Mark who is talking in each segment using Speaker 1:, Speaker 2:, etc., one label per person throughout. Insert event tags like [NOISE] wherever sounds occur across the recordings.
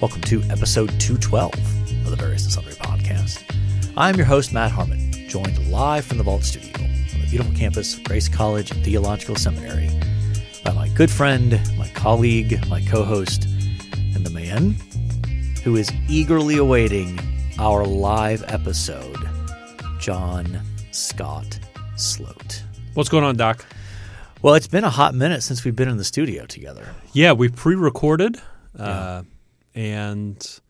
Speaker 1: Welcome to episode 212 of the Various Discovery Podcast. I'm your host, Matt Harmon, joined live from the Vault Studio on the beautiful campus of Grace College and Theological Seminary by my good friend, my colleague, my co host, and the man who is eagerly awaiting our live episode, John Scott Sloat.
Speaker 2: What's going on, Doc?
Speaker 1: Well, it's been a hot minute since we've been in the studio together.
Speaker 2: Yeah, we pre-recorded, uh, and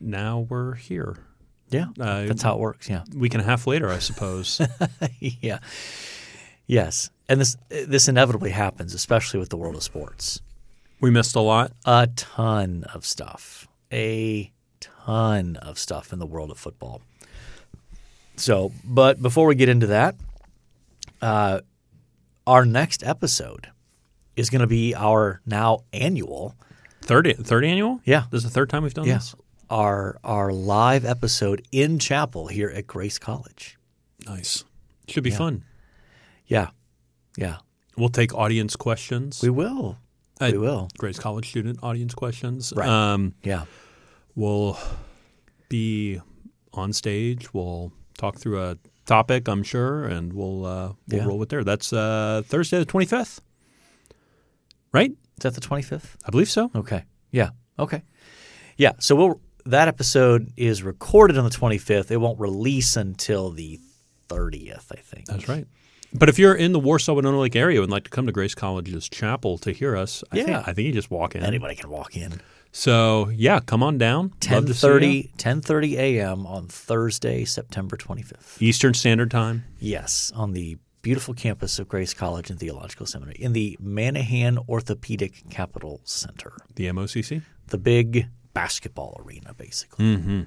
Speaker 2: now we're here.
Speaker 1: Yeah.
Speaker 2: Uh,
Speaker 1: That's how it works. Yeah.
Speaker 2: Week and a half later,
Speaker 1: [LAUGHS]
Speaker 2: I suppose.
Speaker 1: yeah. Yes. And this this inevitably happens, especially with the world of sports.
Speaker 2: we missed a lot.
Speaker 1: A ton of stuff. A ton of stuff in the world of football. So, but before we get into that, uh, our next episode is going to be our now annual,
Speaker 2: Third, third annual.
Speaker 1: yeah,
Speaker 2: this is the third time we've done
Speaker 1: yes, our our live episode in chapel here at Grace College.
Speaker 2: this. Nice. Should be fun.
Speaker 1: Yeah, yeah,
Speaker 2: We'll take audience questions.
Speaker 1: we will,
Speaker 2: I-
Speaker 1: we will,
Speaker 2: Grace College student audience questions.
Speaker 1: Right.
Speaker 2: Um,
Speaker 1: yeah.
Speaker 2: we'll be on stage. We'll talk through a topic, I'm sure, and we'll uh, we'll
Speaker 1: Yeah.
Speaker 2: roll with there. That's uh, Thursday the 25th, right?
Speaker 1: Is that the 25th?
Speaker 2: I believe so.
Speaker 1: Okay. Yeah. Okay. Yeah. So we'll that episode is recorded on the 25th. It won't release until the 30th, I think.
Speaker 2: That's right. But if you're in the Warsaw and Onondaga area and like to come to Grace College's chapel to hear us, I,
Speaker 1: Yeah.
Speaker 2: think, I think you just walk in.
Speaker 1: Anybody can walk in.
Speaker 2: So yeah, come on down. Love to see you.
Speaker 1: 10:30 10:30 a.m. on Thursday, September 25th.
Speaker 2: Eastern Standard Time.
Speaker 1: Yes, on the beautiful campus of Grace College and Theological Seminary in the Manahan Orthopedic Capital Center,
Speaker 2: The MOCC.
Speaker 1: the big basketball arena basically.
Speaker 2: Mm-hmm.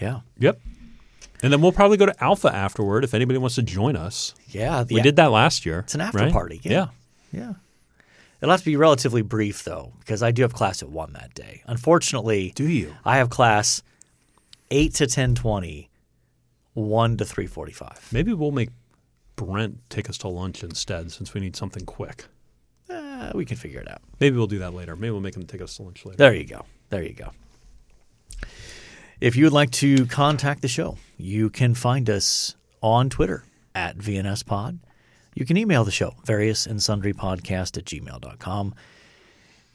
Speaker 1: Yeah.
Speaker 2: Yep. And then we'll probably go to Alpha afterward if anybody wants to join us.
Speaker 1: Yeah, the
Speaker 2: We did that last year. It's
Speaker 1: an after party, yeah.
Speaker 2: yeah.
Speaker 1: Yeah. It'll have to be relatively brief, though, because I do have class at 1 that day. Unfortunately,
Speaker 2: Do you?
Speaker 1: I have class 8 to 10.20, 1 to 3.45.
Speaker 2: Maybe we'll make Brent take us to lunch instead since we need something quick.
Speaker 1: Eh, we can figure it out.
Speaker 2: Maybe we'll do that later. Maybe we'll make him take us to lunch later.
Speaker 1: There you go. There you go. If you would like to contact the show, you can find us on Twitter at VNS Pod. You can email the show, various and sundry podcast at gmail.com.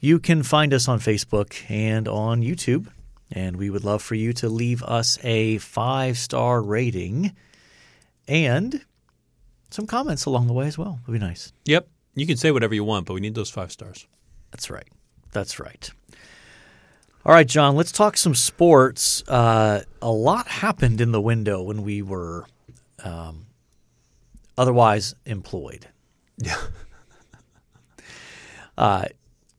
Speaker 1: You can find us on Facebook and on YouTube. And we would love for you to leave us a five star rating and some comments along the way as well. It'd be nice.
Speaker 2: Yep. You can say whatever you want, but we need those five stars.
Speaker 1: That's right. That's right. All right, John, let's talk some sports. Uh, a lot happened in the window when we were um, otherwise employed.
Speaker 2: Yeah.
Speaker 1: Uh,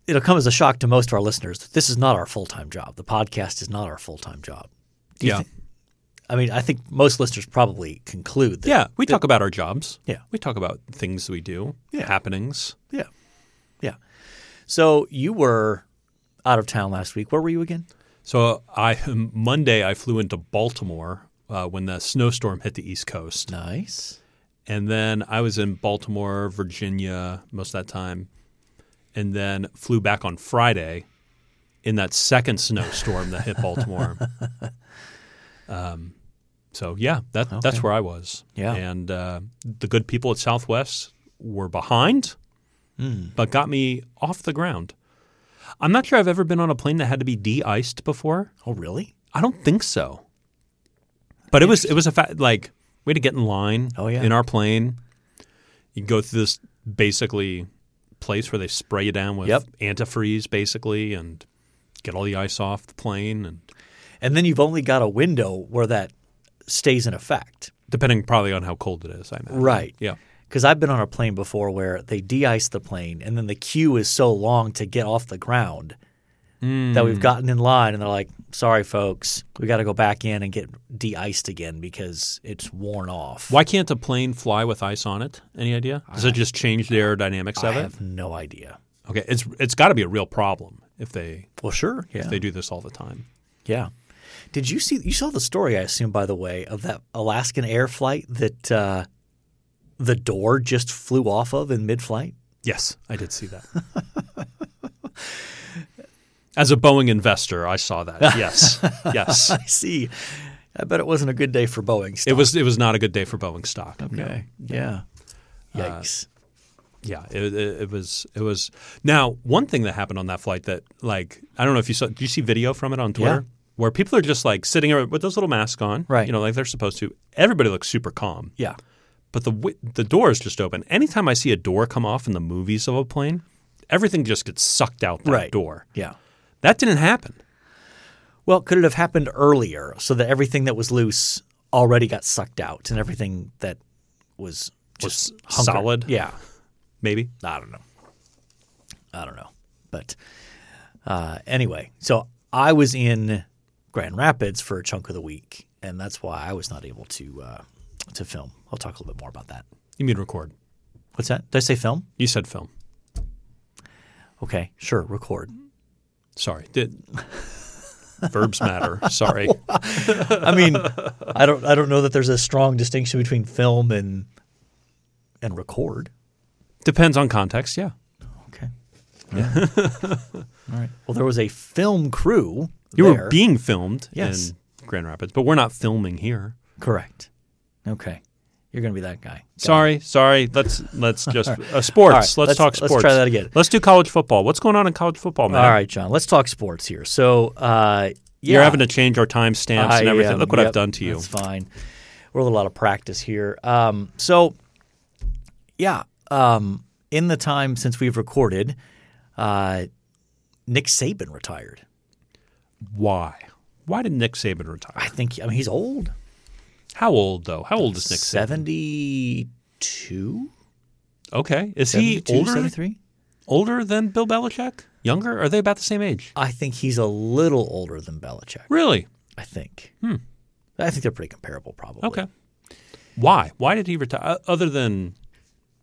Speaker 1: it'll come as a shock to most of our listeners that this is not our full time job. The podcast is not our full time job. Do you
Speaker 2: Yeah.
Speaker 1: thi- I mean, I think most listeners probably conclude that.
Speaker 2: Yeah, we talk about our jobs.
Speaker 1: Yeah.
Speaker 2: We talk about things that we do,
Speaker 1: Yeah.
Speaker 2: happenings.
Speaker 1: Yeah. Yeah. So you were out of town last week. Where were you again?
Speaker 2: So I [LAUGHS] Monday I flew into Baltimore uh, when the snowstorm hit the East Coast,
Speaker 1: Nice.
Speaker 2: and then I was in Baltimore, Virginia most of that time, and then flew back on Friday in that second snowstorm that hit Baltimore. um, so yeah, that that's where I was.
Speaker 1: Yeah.
Speaker 2: and uh, the good people at Southwest were behind, but got me off the ground. I'm not sure I've ever been on a plane that had to be de-iced before.
Speaker 1: Oh, really?
Speaker 2: I don't think so. But it was it was a fact like we had to get in line
Speaker 1: Oh, yeah.
Speaker 2: in our plane. You go through this basically place where they spray you down with
Speaker 1: Yep.
Speaker 2: antifreeze basically and get all the ice off the plane and
Speaker 1: And then you've only got a window where that stays in effect.
Speaker 2: depending probably on how cold it is, I imagine.
Speaker 1: Right.
Speaker 2: Yeah.
Speaker 1: Because I've been on a plane before where they de ice the plane and then the queue is so long to get off the ground that we've gotten in line and they're like, sorry, folks, we got to go back in and get de iced again because it's worn off.
Speaker 2: Why can't a plane fly with ice on it? Any idea? Does it just change the aerodynamics
Speaker 1: I
Speaker 2: of it?
Speaker 1: have no idea.
Speaker 2: Okay, it's it's got to be a real problem if they
Speaker 1: Well, sure. Yeah.
Speaker 2: if they do this all the time.
Speaker 1: yeah. Did you see? You saw the story, I assume, by the way, of that Alaskan Air flight that uh, the door just flew off of in mid flight?
Speaker 2: Yes, I did see that. As a Boeing investor, I
Speaker 1: [LAUGHS]
Speaker 2: saw that. Yes,
Speaker 1: [LAUGHS]
Speaker 2: yes.
Speaker 1: I see. I bet it wasn't a good day for Boeing. Stock.
Speaker 2: It was it was not a good day for Boeing stock. no.
Speaker 1: Okay. Yeah. Uh, Yikes.
Speaker 2: yeah it, it, it was it was now one thing that happened on that flight that like i don't know if you saw did you see video from it on twitter where people are just like sitting there with those little masks on
Speaker 1: Right.
Speaker 2: you know like they're supposed to everybody looks super calm
Speaker 1: yeah.
Speaker 2: but the wi- the door is just open anytime i see a door come off in the movies of a plane everything just gets sucked out that
Speaker 1: Right.
Speaker 2: door
Speaker 1: Yeah.
Speaker 2: that didn't happen
Speaker 1: Well, could it have happened earlier so that everything that was loose already got sucked out and everything that was just hunkered-
Speaker 2: solid?
Speaker 1: Yeah.
Speaker 2: maybe
Speaker 1: I don't know. I don't know. But uh, anyway, so I was in Grand Rapids for a chunk of the week, and that's why I was not able to uh, to film. I'll talk a little bit more about that.
Speaker 2: you mean record
Speaker 1: What's that? Did I say film?
Speaker 2: you said film
Speaker 1: Okay, sure. Record.
Speaker 2: sorry
Speaker 1: [LAUGHS]
Speaker 2: did verbs matter sorry
Speaker 1: I mean, I don't. I don't know that there's a strong distinction between film and and record.
Speaker 2: depends on context yeah
Speaker 1: Okay. [LAUGHS] All right. Well, there was a film crew.
Speaker 2: you
Speaker 1: there.
Speaker 2: were being filmed
Speaker 1: Yes.
Speaker 2: in grand rapids but we're not filming here
Speaker 1: correct. Okay, you're going to be that guy.
Speaker 2: Sorry, sorry. Let's
Speaker 1: [LAUGHS]
Speaker 2: let's just uh, sports.
Speaker 1: right,
Speaker 2: let's,
Speaker 1: let's-
Speaker 2: talk
Speaker 1: let's
Speaker 2: sports.
Speaker 1: try that again.
Speaker 2: Let's do college football. What's going on in college football, man?
Speaker 1: All right, John. Let's talk sports here. So, uh, yeah,
Speaker 2: You're having to change our timestamps and
Speaker 1: I
Speaker 2: everything.
Speaker 1: am.
Speaker 2: Look what I've
Speaker 1: Yep,
Speaker 2: done to you.
Speaker 1: That's fine. We're with a lot of practice here. Um, so, yeah, um, in the time since we've recorded, uh, Nick Saban retired.
Speaker 2: Why? Why did Nick Saban retire?
Speaker 1: I think. I mean, he's old.
Speaker 2: How old though? How old is Nick Saban?
Speaker 1: Seventy-two.
Speaker 2: Okay, is he
Speaker 1: 72,
Speaker 2: older?
Speaker 1: 73?
Speaker 2: Older than Bill Belichick? Younger? Are they about the same age?
Speaker 1: I think he's a little older than Belichick.
Speaker 2: Really?
Speaker 1: I think. I think they're pretty comparable, probably.
Speaker 2: Hmm. Okay. Why? Why did he retire? o- Other than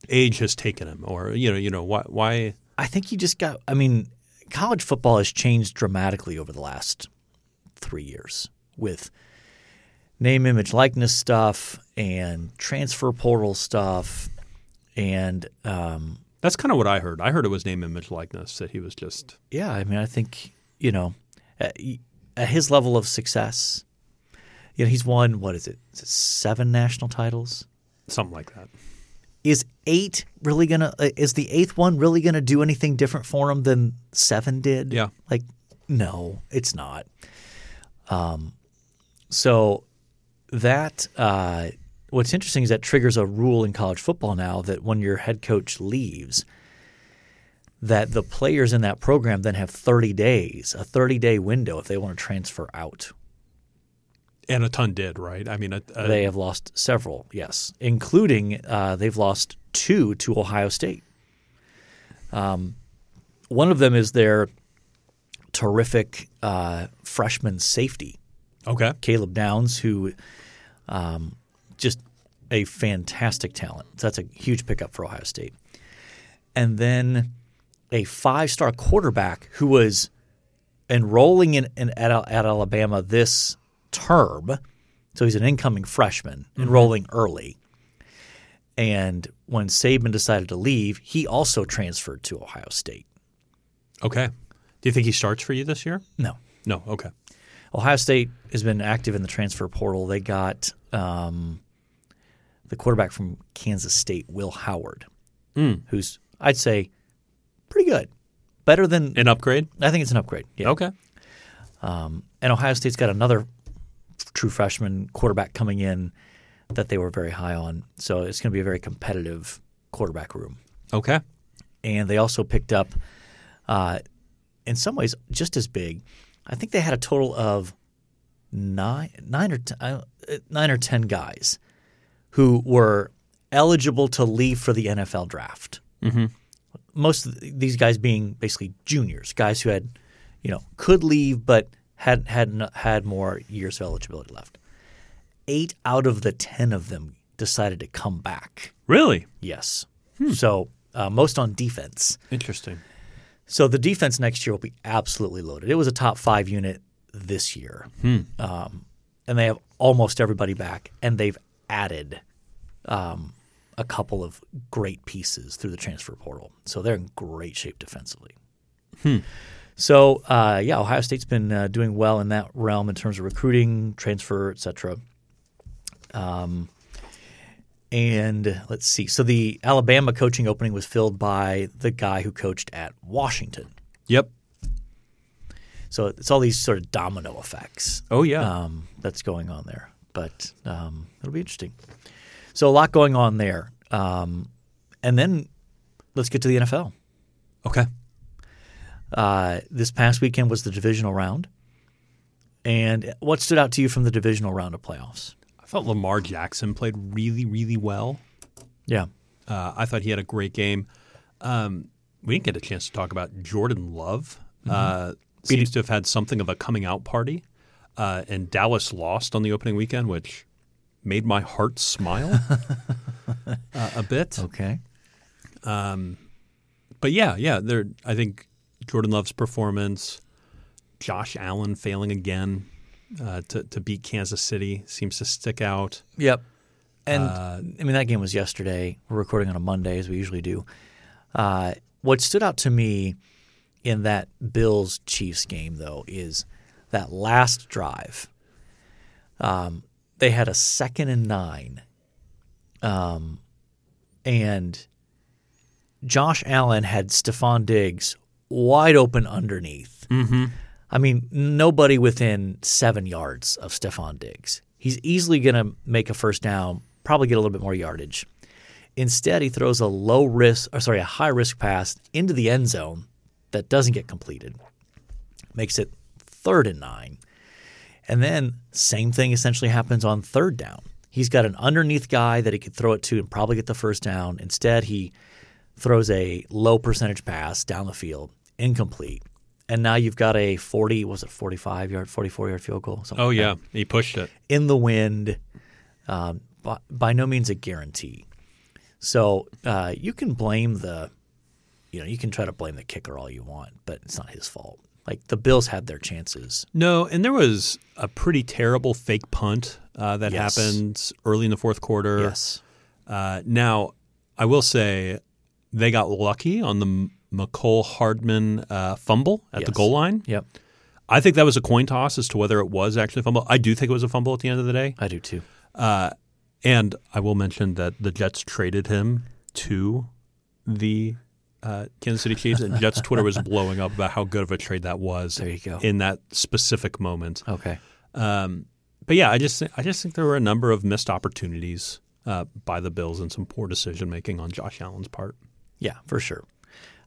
Speaker 2: age has taken him, or you know, you know, why? Why?
Speaker 1: I think you just got. I mean, college football has changed dramatically over the last three years with name, image, likeness stuff and transfer portal stuff. And um,
Speaker 2: That's kind of what I heard. I heard it was name, image, likeness that he was just
Speaker 1: yeah, I mean, I think you know, at, at his level of success, you know, he's won what is it, is it seven national titles?
Speaker 2: something like that.
Speaker 1: Is eight really gonna? uh, Is the eighth one really gonna do anything different for him than seven did?
Speaker 2: Yeah.
Speaker 1: Like, no, it's not. Um, so that uh, what's interesting is that triggers a rule in college football now that when your head coach leaves, that the players in that program then have 30 days, a 30 day window if they want to transfer out.
Speaker 2: And a ton did, right? I mean, a, a,
Speaker 1: They have lost several, yes, including uh, they've lost two to Ohio State. Um, one of them is their terrific uh, freshman safety,
Speaker 2: okay.
Speaker 1: Caleb Downs, who um, just a fantastic talent. So that's a huge pickup for Ohio State. And then a five star quarterback who was enrolling in, in at, Al- at Alabama this term. So he's an incoming freshman enrolling early. And when Saban decided to leave, he also transferred to Ohio State.
Speaker 2: Okay. Do you think he starts for you this year?
Speaker 1: No,
Speaker 2: No. Okay.
Speaker 1: Ohio State has been active in the transfer portal. They got um, the quarterback from Kansas State, Will Howard, who's I'd say pretty good, better than
Speaker 2: An upgrade?
Speaker 1: I think it's an upgrade. Yeah.
Speaker 2: Okay.
Speaker 1: And Ohio State's got another true freshman quarterback coming in that they were very high on. So it's going to be a very competitive quarterback room.
Speaker 2: Okay.
Speaker 1: and they also picked up, uh, in some ways, just as big. I think they had a total of nine, nine or ten, uh, nine or ten guys who were eligible to leave for the NFL draft. Mm-hmm. Most of th- these guys being basically juniors, guys who had, you know, could leave but had had n- had more years of eligibility left. Eight out of the ten of them decided to come back.
Speaker 2: Really?
Speaker 1: Yes. So uh, most on defense.
Speaker 2: Interesting.
Speaker 1: So the defense next year will be absolutely loaded. It was a top five unit this year, um, and they have almost everybody back, and they've added um, a couple of great pieces through the transfer portal. So they're in great shape defensively. So uh, yeah, Ohio State's been uh, doing well in that realm in terms of recruiting, transfer, etc. Um, and let's see. So the Alabama coaching opening was filled by the guy who coached at Washington.
Speaker 2: Yep.
Speaker 1: So it's all these sort of domino effects
Speaker 2: Oh yeah.
Speaker 1: um, that's going on there. But um, it'll be interesting. So a lot going on there. Um, and then let's get to the NFL.
Speaker 2: okay.
Speaker 1: Uh, this past weekend was the divisional round. And what stood out to you from the divisional round of playoffs?
Speaker 2: I felt Lamar Jackson played really, really well.
Speaker 1: Yeah.
Speaker 2: Uh, I thought he had a great game. Um, we didn't get a chance to talk about Jordan Love. Uh, seems to have had something of a coming out party, uh, and Dallas lost on the opening weekend, which made my heart [LAUGHS] smile uh, a bit.
Speaker 1: Okay.
Speaker 2: But yeah, yeah, there. I think Jordan Love's performance, Josh Allen failing again uh, to to beat Kansas City seems to stick out.
Speaker 1: Yep. And Uh, I mean, that game was yesterday. We're recording on a Monday, as we usually do. Uh, what stood out to me in that Bills Chiefs game, though, is that last drive. Um, they had a second and nine. Um, and Josh Allen had Stephon Diggs wide open underneath. I mean, nobody within seven yards of Stephon Diggs. He's easily going to make a first down, probably get a little bit more yardage. Instead, he throws a low risk, or sorry, a high risk pass into the end zone that doesn't get completed, makes it third and nine. And then, same thing essentially happens on third down. He's got an underneath guy that he could throw it to and probably get the first down. Instead, he throws a low percentage pass down the field, incomplete. And now you've got a 40, was it 45 yard, 44 yard field goal? Something
Speaker 2: Oh
Speaker 1: like that.
Speaker 2: yeah, he pushed it.
Speaker 1: In the wind, um, by, by no means a guarantee. So uh, you can blame the, you know, you can try to blame the kicker all you want, but it's not his fault. Like the Bills had their chances.
Speaker 2: No, and there was a pretty terrible fake punt uh, that
Speaker 1: Yes.
Speaker 2: happened early in the fourth quarter.
Speaker 1: Yes.
Speaker 2: Uh, now, I will say they got lucky on the M- McCole Hardman uh, fumble at the
Speaker 1: Yes.
Speaker 2: goal line.
Speaker 1: Yep.
Speaker 2: I think that was a coin toss as to whether it was actually a fumble. I do think it was a fumble at the end of the day.
Speaker 1: I do too.
Speaker 2: And I will mention that the Jets traded him to the uh, Kansas City Chiefs, and Jets
Speaker 1: [LAUGHS]
Speaker 2: Twitter was blowing up about how good of a trade that was
Speaker 1: There you go.
Speaker 2: in that specific moment.
Speaker 1: Okay.
Speaker 2: Um, but yeah, I just think, I just think there were a number of missed opportunities uh, by the Bills and some poor decision making on Josh Allen's part.
Speaker 1: Yeah, for sure.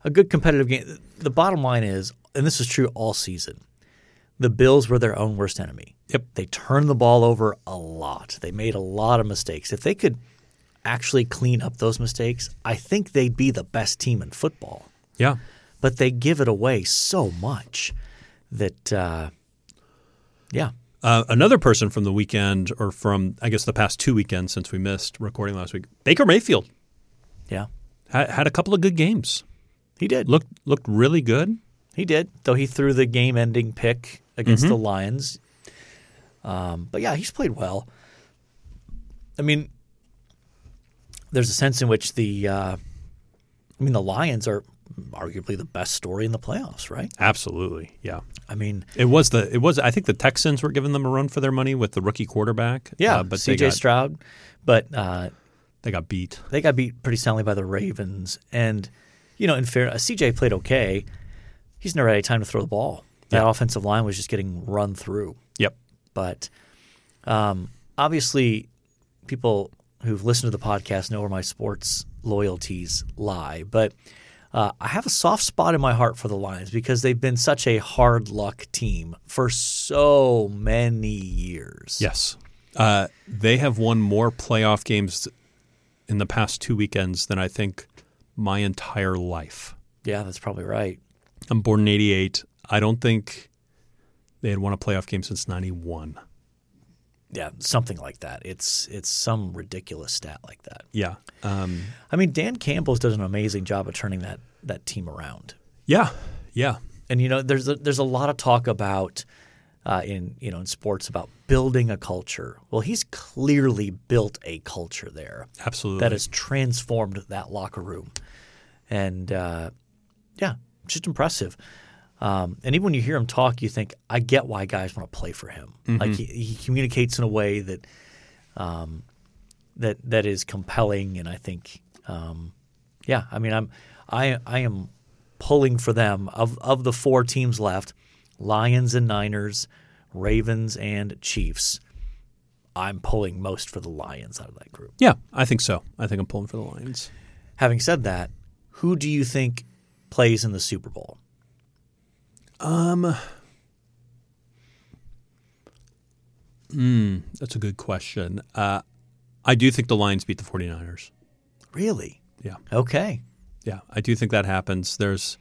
Speaker 1: A good competitive game. The bottom line is, and this is true all season, the Bills were their own worst enemy.
Speaker 2: Yep.
Speaker 1: They turned the ball over a lot. They made a lot of mistakes. If they could actually clean up those mistakes, I think they'd be the best team in football.
Speaker 2: Yeah.
Speaker 1: But they give it away so much that, uh, yeah,
Speaker 2: Uh, another person from the weekend, or from I guess the past two weekends since we missed recording last week, Baker Mayfield
Speaker 1: yeah,
Speaker 2: had, had a couple of good games.
Speaker 1: he did.
Speaker 2: looked looked really good.
Speaker 1: He did, though he threw the game-ending pick against
Speaker 2: Mm-hmm.
Speaker 1: the Lions. Um, but yeah, he's played well. I mean, there's a sense in which the, uh, I mean, the Lions are arguably the best story in the playoffs, right?
Speaker 2: Absolutely, yeah.
Speaker 1: I mean,
Speaker 2: It was the it was. I think the Texans were giving them a run for their money with the rookie quarterback.
Speaker 1: yeah,
Speaker 2: uh, but they
Speaker 1: C.J.
Speaker 2: got,
Speaker 1: um, Stroud, but uh,
Speaker 2: they got beat.
Speaker 1: they got beat pretty soundly by the Ravens, and you know, in fairness, C.J. played okay. He's never had any time to throw the ball. That offensive line was just getting run through.
Speaker 2: Yep.
Speaker 1: but um, obviously people who've listened to the podcast know where my sports loyalties lie but uh, i have a soft spot in my heart for the lions because they've been such a hard luck team for so many years
Speaker 2: Yes. Uh, they have won more playoff games in the past two weekends than I think my entire life.
Speaker 1: yeah that's probably right
Speaker 2: I'm born in 88. I don't think they had won a playoff game since 91.
Speaker 1: yeah something like that it's it's some ridiculous stat like that
Speaker 2: Yeah. Um,
Speaker 1: i mean dan campbell's does an amazing job of turning that that team around
Speaker 2: yeah. Yeah.
Speaker 1: and you know there's a, there's a lot of talk about uh, in you know in sports about building a culture. Well, he's clearly built a culture there
Speaker 2: Absolutely.
Speaker 1: that has transformed that locker room, and uh, yeah, just impressive. Um, and even when you hear him talk, you think, I get why guys want to play for him. Like he, he communicates in a way that um, that that is compelling, and I think, um, yeah, I mean, I'm I I am pulling for them of of the four teams left: Lions and Niners, Ravens and Chiefs. I'm pulling most for the Lions out of that group.
Speaker 2: Yeah, I think so. I think I'm pulling for the Lions.
Speaker 1: Having said that, who do you think plays in the Super Bowl?
Speaker 2: That's a good question. Uh, I do think the Lions beat the 49ers.
Speaker 1: Really?
Speaker 2: Yeah.
Speaker 1: Okay.
Speaker 2: Yeah, I do think that happens. There's,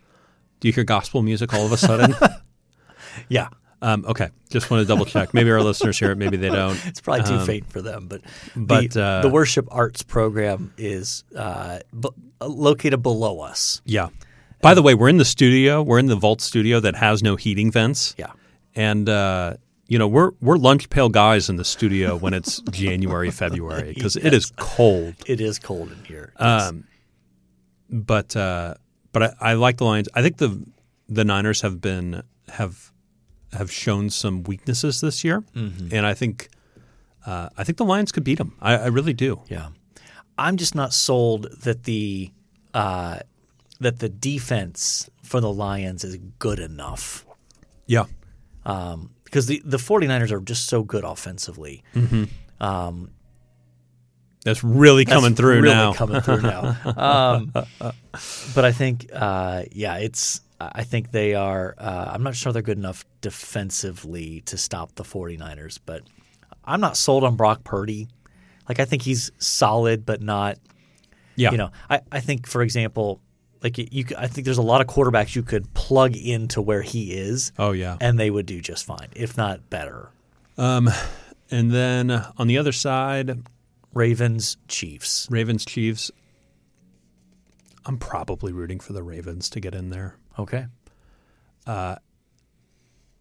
Speaker 2: do you hear gospel music all of a sudden?
Speaker 1: Yeah.
Speaker 2: um, okay, just want to
Speaker 1: [LAUGHS]
Speaker 2: double check. Maybe our listeners hear it, maybe they don't.
Speaker 1: It's probably too faint for them, but
Speaker 2: Um, but,
Speaker 1: the,
Speaker 2: uh,
Speaker 1: the worship arts program is uh, b- located below us.
Speaker 2: Yeah. By the way, we're in the studio. We're in the vault studio that has no heating vents.
Speaker 1: Yeah.
Speaker 2: And uh, you know, we're we're lunch pail guys in the studio
Speaker 1: [LAUGHS]
Speaker 2: when it's January, February because it is cold.
Speaker 1: It is cold in here.
Speaker 2: Um, But uh, but I, I like the Lions. I think the the Niners have been have have shown some weaknesses this year,
Speaker 1: Mm-hmm.
Speaker 2: and I think uh, I think the Lions could beat them. I, I really do.
Speaker 1: yeah. I'm just not sold that the uh, that the defense for the Lions is good enough.
Speaker 2: Yeah.
Speaker 1: because the, the 49ers are just so good offensively.
Speaker 2: That's really coming
Speaker 1: That's
Speaker 2: through
Speaker 1: really
Speaker 2: now.
Speaker 1: Coming through
Speaker 2: [LAUGHS]
Speaker 1: now. Um, but I think, uh, yeah, it's. I think they are. Uh, I'm not sure they're good enough defensively to stop the 49ers, but I'm not sold on Brock Purdy. Like I think he's solid, but not.
Speaker 2: yeah.
Speaker 1: You know, I, I think for example, like you, you, c- I think there's a lot of quarterbacks you could plug into where he is,
Speaker 2: oh yeah.
Speaker 1: and they would do just fine, if not better.
Speaker 2: And then uh, on the other side,
Speaker 1: Ravens, Chiefs.
Speaker 2: Ravens Chiefs. I'm probably rooting for the Ravens to get in there.
Speaker 1: Okay.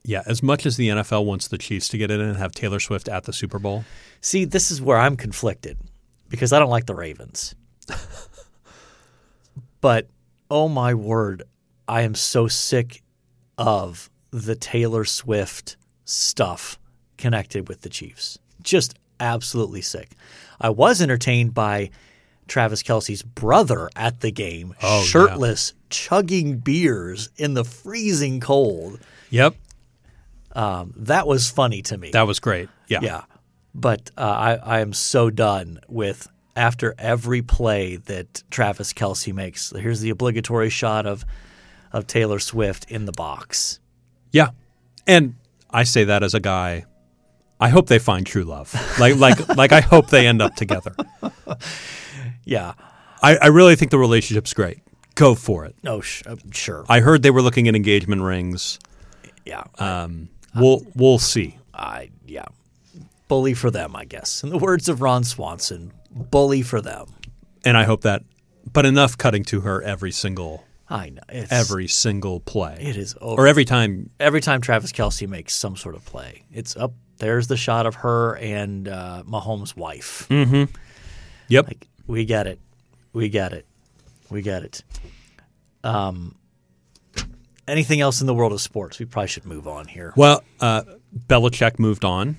Speaker 2: Yeah, as much as the NFL wants the Chiefs to get in and have Taylor Swift at the Super Bowl.
Speaker 1: See, this is where I'm conflicted because I don't like the Ravens. [LAUGHS] but oh my word, I am so sick of the Taylor Swift stuff connected with the Chiefs. Just absolutely sick. I was entertained by Travis Kelsey's brother at the game,
Speaker 2: Oh, yeah.
Speaker 1: shirtless, chugging beers in the freezing cold.
Speaker 2: Yep,
Speaker 1: Um, that was funny to me.
Speaker 2: that was great. Yeah.
Speaker 1: Yeah. But uh, I, I am so done with after every play that Travis Kelsey makes. Here's the obligatory shot of of Taylor Swift in the box.
Speaker 2: Yeah. And I say that as a guy I hope they find true love. Like like [LAUGHS] like I hope they end up together.
Speaker 1: Yeah.
Speaker 2: I, I really think the relationship's great. Go for it.
Speaker 1: No, sh- uh, sure.
Speaker 2: I heard they were looking at engagement rings.
Speaker 1: yeah.
Speaker 2: Um, we'll we'll see.
Speaker 1: I yeah. Bully for them, I guess. In the words of Ron Swanson, bully for them.
Speaker 2: And I hope that but enough cutting to her every single
Speaker 1: I know. It's,
Speaker 2: every single play.
Speaker 1: It is over.
Speaker 2: or every time
Speaker 1: every time Travis Kelsey makes some sort of play, it's up. There's the shot of her and uh, Mahomes' wife.
Speaker 2: yep
Speaker 1: We get it. We get it. We get it. Um, anything else in the world of sports? We probably should move on here.
Speaker 2: well uh Belichick moved on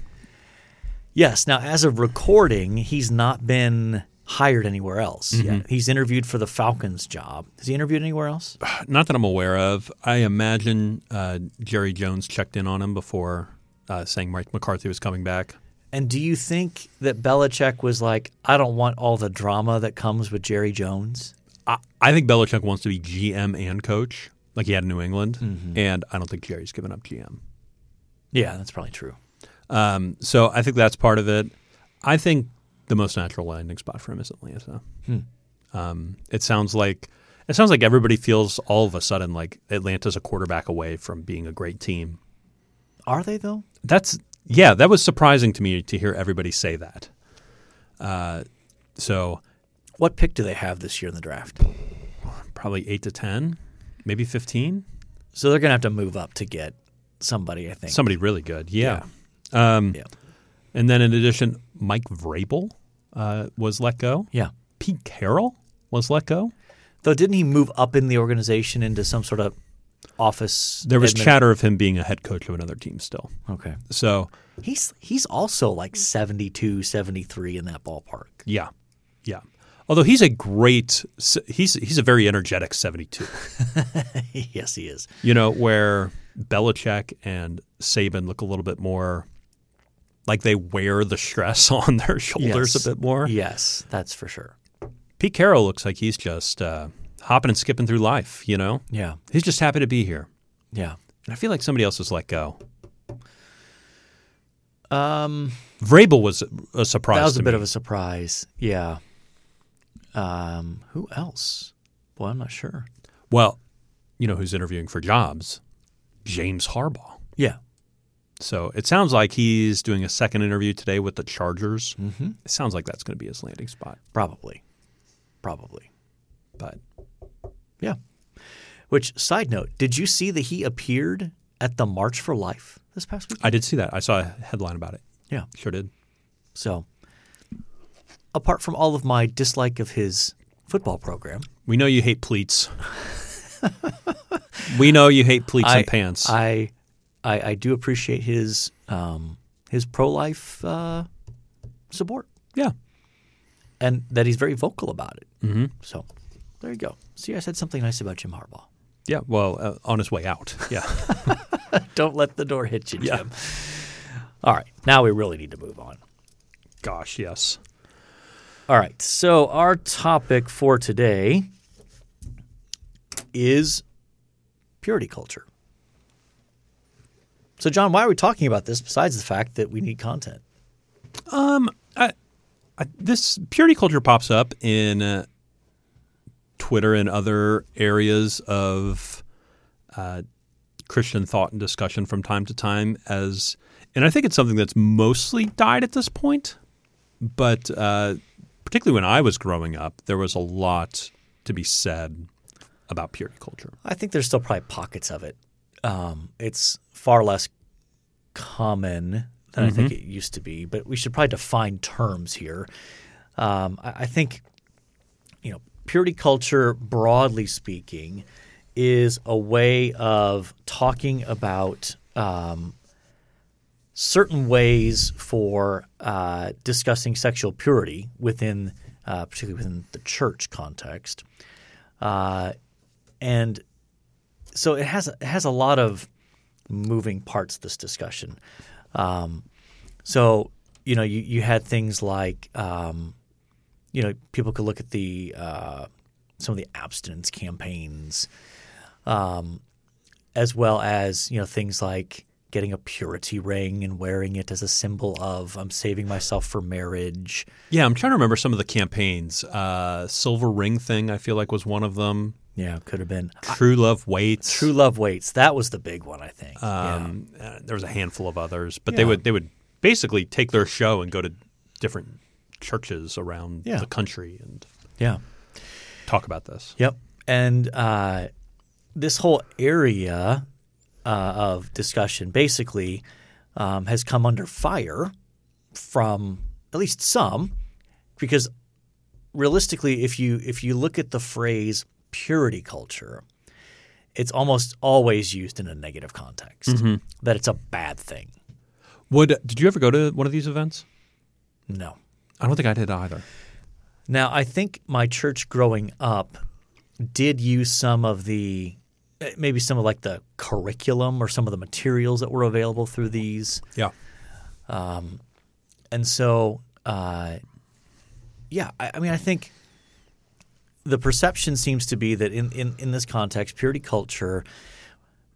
Speaker 1: Yes. Now, as of recording, he's not been hired anywhere else yet. He's interviewed for the Falcons job. Has he interviewed anywhere else?
Speaker 2: not that I'm aware of I imagine uh Jerry Jones checked in on him before uh saying Mike McCarthy was coming back
Speaker 1: And do you think that Belichick was like, I don't want all the drama that comes with Jerry Jones?
Speaker 2: I, I think Belichick wants to be GM and coach like he had in New England
Speaker 1: Mm-hmm.
Speaker 2: and I don't think Jerry's given up GM
Speaker 1: Yeah, that's probably true.
Speaker 2: um so I think that's part of it I think the most natural landing spot for him is Atlanta um it sounds like it sounds like everybody feels all of a sudden like Atlanta's a quarterback away from being a great team
Speaker 1: Are they, though?
Speaker 2: That's yeah, that was surprising to me to hear everybody say that. Uh, so
Speaker 1: What pick do they have this year in the draft?
Speaker 2: probably eight to ten, maybe fifteen.
Speaker 1: So they're going to have to move up to get somebody, I think.
Speaker 2: Somebody really good, yeah.
Speaker 1: yeah.
Speaker 2: And then in addition, Mike Vrabel uh, was let go.
Speaker 1: Yeah.
Speaker 2: Pete Carroll was let go.
Speaker 1: Though didn't he move up in the organization into some sort of office.
Speaker 2: There was
Speaker 1: admin-
Speaker 2: chatter of him being a head coach of another team still.
Speaker 1: Okay.
Speaker 2: So
Speaker 1: [LAUGHS] He's he's also like 72, 73 in that ballpark. [LAUGHS]
Speaker 2: yeah, yeah. Although he's a great, he's he's a very energetic seventy-two.
Speaker 1: yes, he is.
Speaker 2: you know, where Belichick and Saban look a little bit more like they wear the stress [LAUGHS] on their shoulders
Speaker 1: Yes.
Speaker 2: a bit more.
Speaker 1: Yes, that's for sure.
Speaker 2: Pete Carroll looks like he's just uh, hopping and skipping through life, you know?
Speaker 1: Yeah.
Speaker 2: He's just happy to be here.
Speaker 1: Yeah.
Speaker 2: And I feel like somebody else was let go.
Speaker 1: Um,
Speaker 2: Vrabel was a surprise.
Speaker 1: that was a
Speaker 2: to
Speaker 1: bit
Speaker 2: me.
Speaker 1: of a surprise. Yeah. Um, who else? Well, I'm not sure.
Speaker 2: Well, you know who's interviewing for jobs? James Harbaugh.
Speaker 1: Yeah.
Speaker 2: So it sounds like he's doing a second interview today with the Chargers. Mm-hmm. It sounds like that's going to be his landing spot.
Speaker 1: Probably. Probably.
Speaker 2: But
Speaker 1: Yeah. Which side note, did you see that he appeared at the March for Life this past week?
Speaker 2: I did see that. I saw a headline about it.
Speaker 1: Yeah.
Speaker 2: Sure did.
Speaker 1: So apart from all of my dislike of his football program,
Speaker 2: We know you hate pleats. [LAUGHS] we know you hate pleats
Speaker 1: I,
Speaker 2: and pants.
Speaker 1: I, I I do appreciate his um, his pro life uh, support
Speaker 2: yeah.
Speaker 1: and that he's very vocal about it. Mm-hmm. So there you go. See, I said something nice about Jim Harbaugh.
Speaker 2: Yeah. Well, uh, on his way out. Yeah. [LAUGHS]
Speaker 1: Don't let the door hit you, Jim. All right, now we really need to move on.
Speaker 2: Gosh, yes.
Speaker 1: All right. So our topic for today is purity culture. So John, why are we talking about this besides the fact that we need content?
Speaker 2: I, this purity culture pops up in uh, Twitter and other areas of uh, Christian thought and discussion from time to time. As and I think it's something that's mostly died at this point, but uh, particularly when I was growing up, there was a lot to be said about purity culture.
Speaker 1: I think there's still probably pockets of it. Um, it's far less common than I think it used to be, but we should probably define terms here. Um, I, I think, you know, purity culture, broadly speaking, is a way of talking about um, certain ways for uh, discussing sexual purity within, uh, particularly within the church context. Uh, and so it has it has a lot of moving parts. This discussion. Um, so you know, you, you had things like um, you know people could look at the uh, some of the abstinence campaigns, um, as well as you know things like getting a purity ring and wearing it as a symbol of I'm saving myself for marriage.
Speaker 2: Yeah, I'm trying to remember some of the campaigns. Uh, Silver Ring thing, I feel like, was one of them.
Speaker 1: Yeah, could have been
Speaker 2: True Love Waits.
Speaker 1: true love waits. That was the big one, I think. yeah.
Speaker 2: Um, uh, There was a handful of others, but they would they would basically take their show and go to different churches around
Speaker 1: Yeah.
Speaker 2: the country and
Speaker 1: Yeah.
Speaker 2: talk about this.
Speaker 1: Yep. And uh, this whole area uh, of discussion basically um, has come under fire from at least some, because realistically, if you if you look at the phrase purity culture, it's almost always used in a negative context that it's a bad thing.
Speaker 2: Would did you ever go to one of these events?
Speaker 1: No.
Speaker 2: I don't think I did either.
Speaker 1: Now, I think my church growing up did use some of the eh, maybe some of like the curriculum or some of the materials that were available through these.
Speaker 2: Yeah,
Speaker 1: And so, uh, yeah, I, I mean, I think the perception seems to be that in, in, in this context, purity culture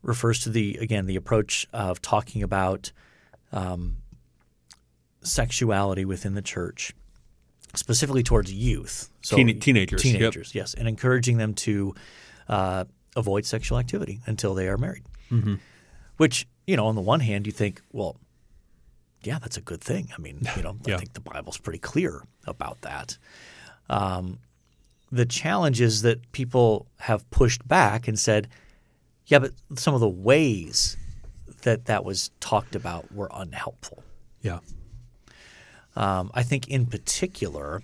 Speaker 1: refers to the, again, the approach of talking about um, sexuality within the church, specifically towards youth. So
Speaker 2: Teen- teenagers, yep.
Speaker 1: Teenagers, yes. And encouraging them to uh, avoid sexual activity until they are married.
Speaker 2: Mm-hmm.
Speaker 1: Which, you know, on the one hand, you think, well, yeah, that's a good thing. I
Speaker 2: [LAUGHS]
Speaker 1: mean, you know, I
Speaker 2: Yeah.
Speaker 1: think the Bible's pretty clear about that. Um, the challenge is that people have pushed back and said, yeah, but some of the ways that that was talked about were unhelpful.
Speaker 2: yeah,
Speaker 1: Um, I think, in particular,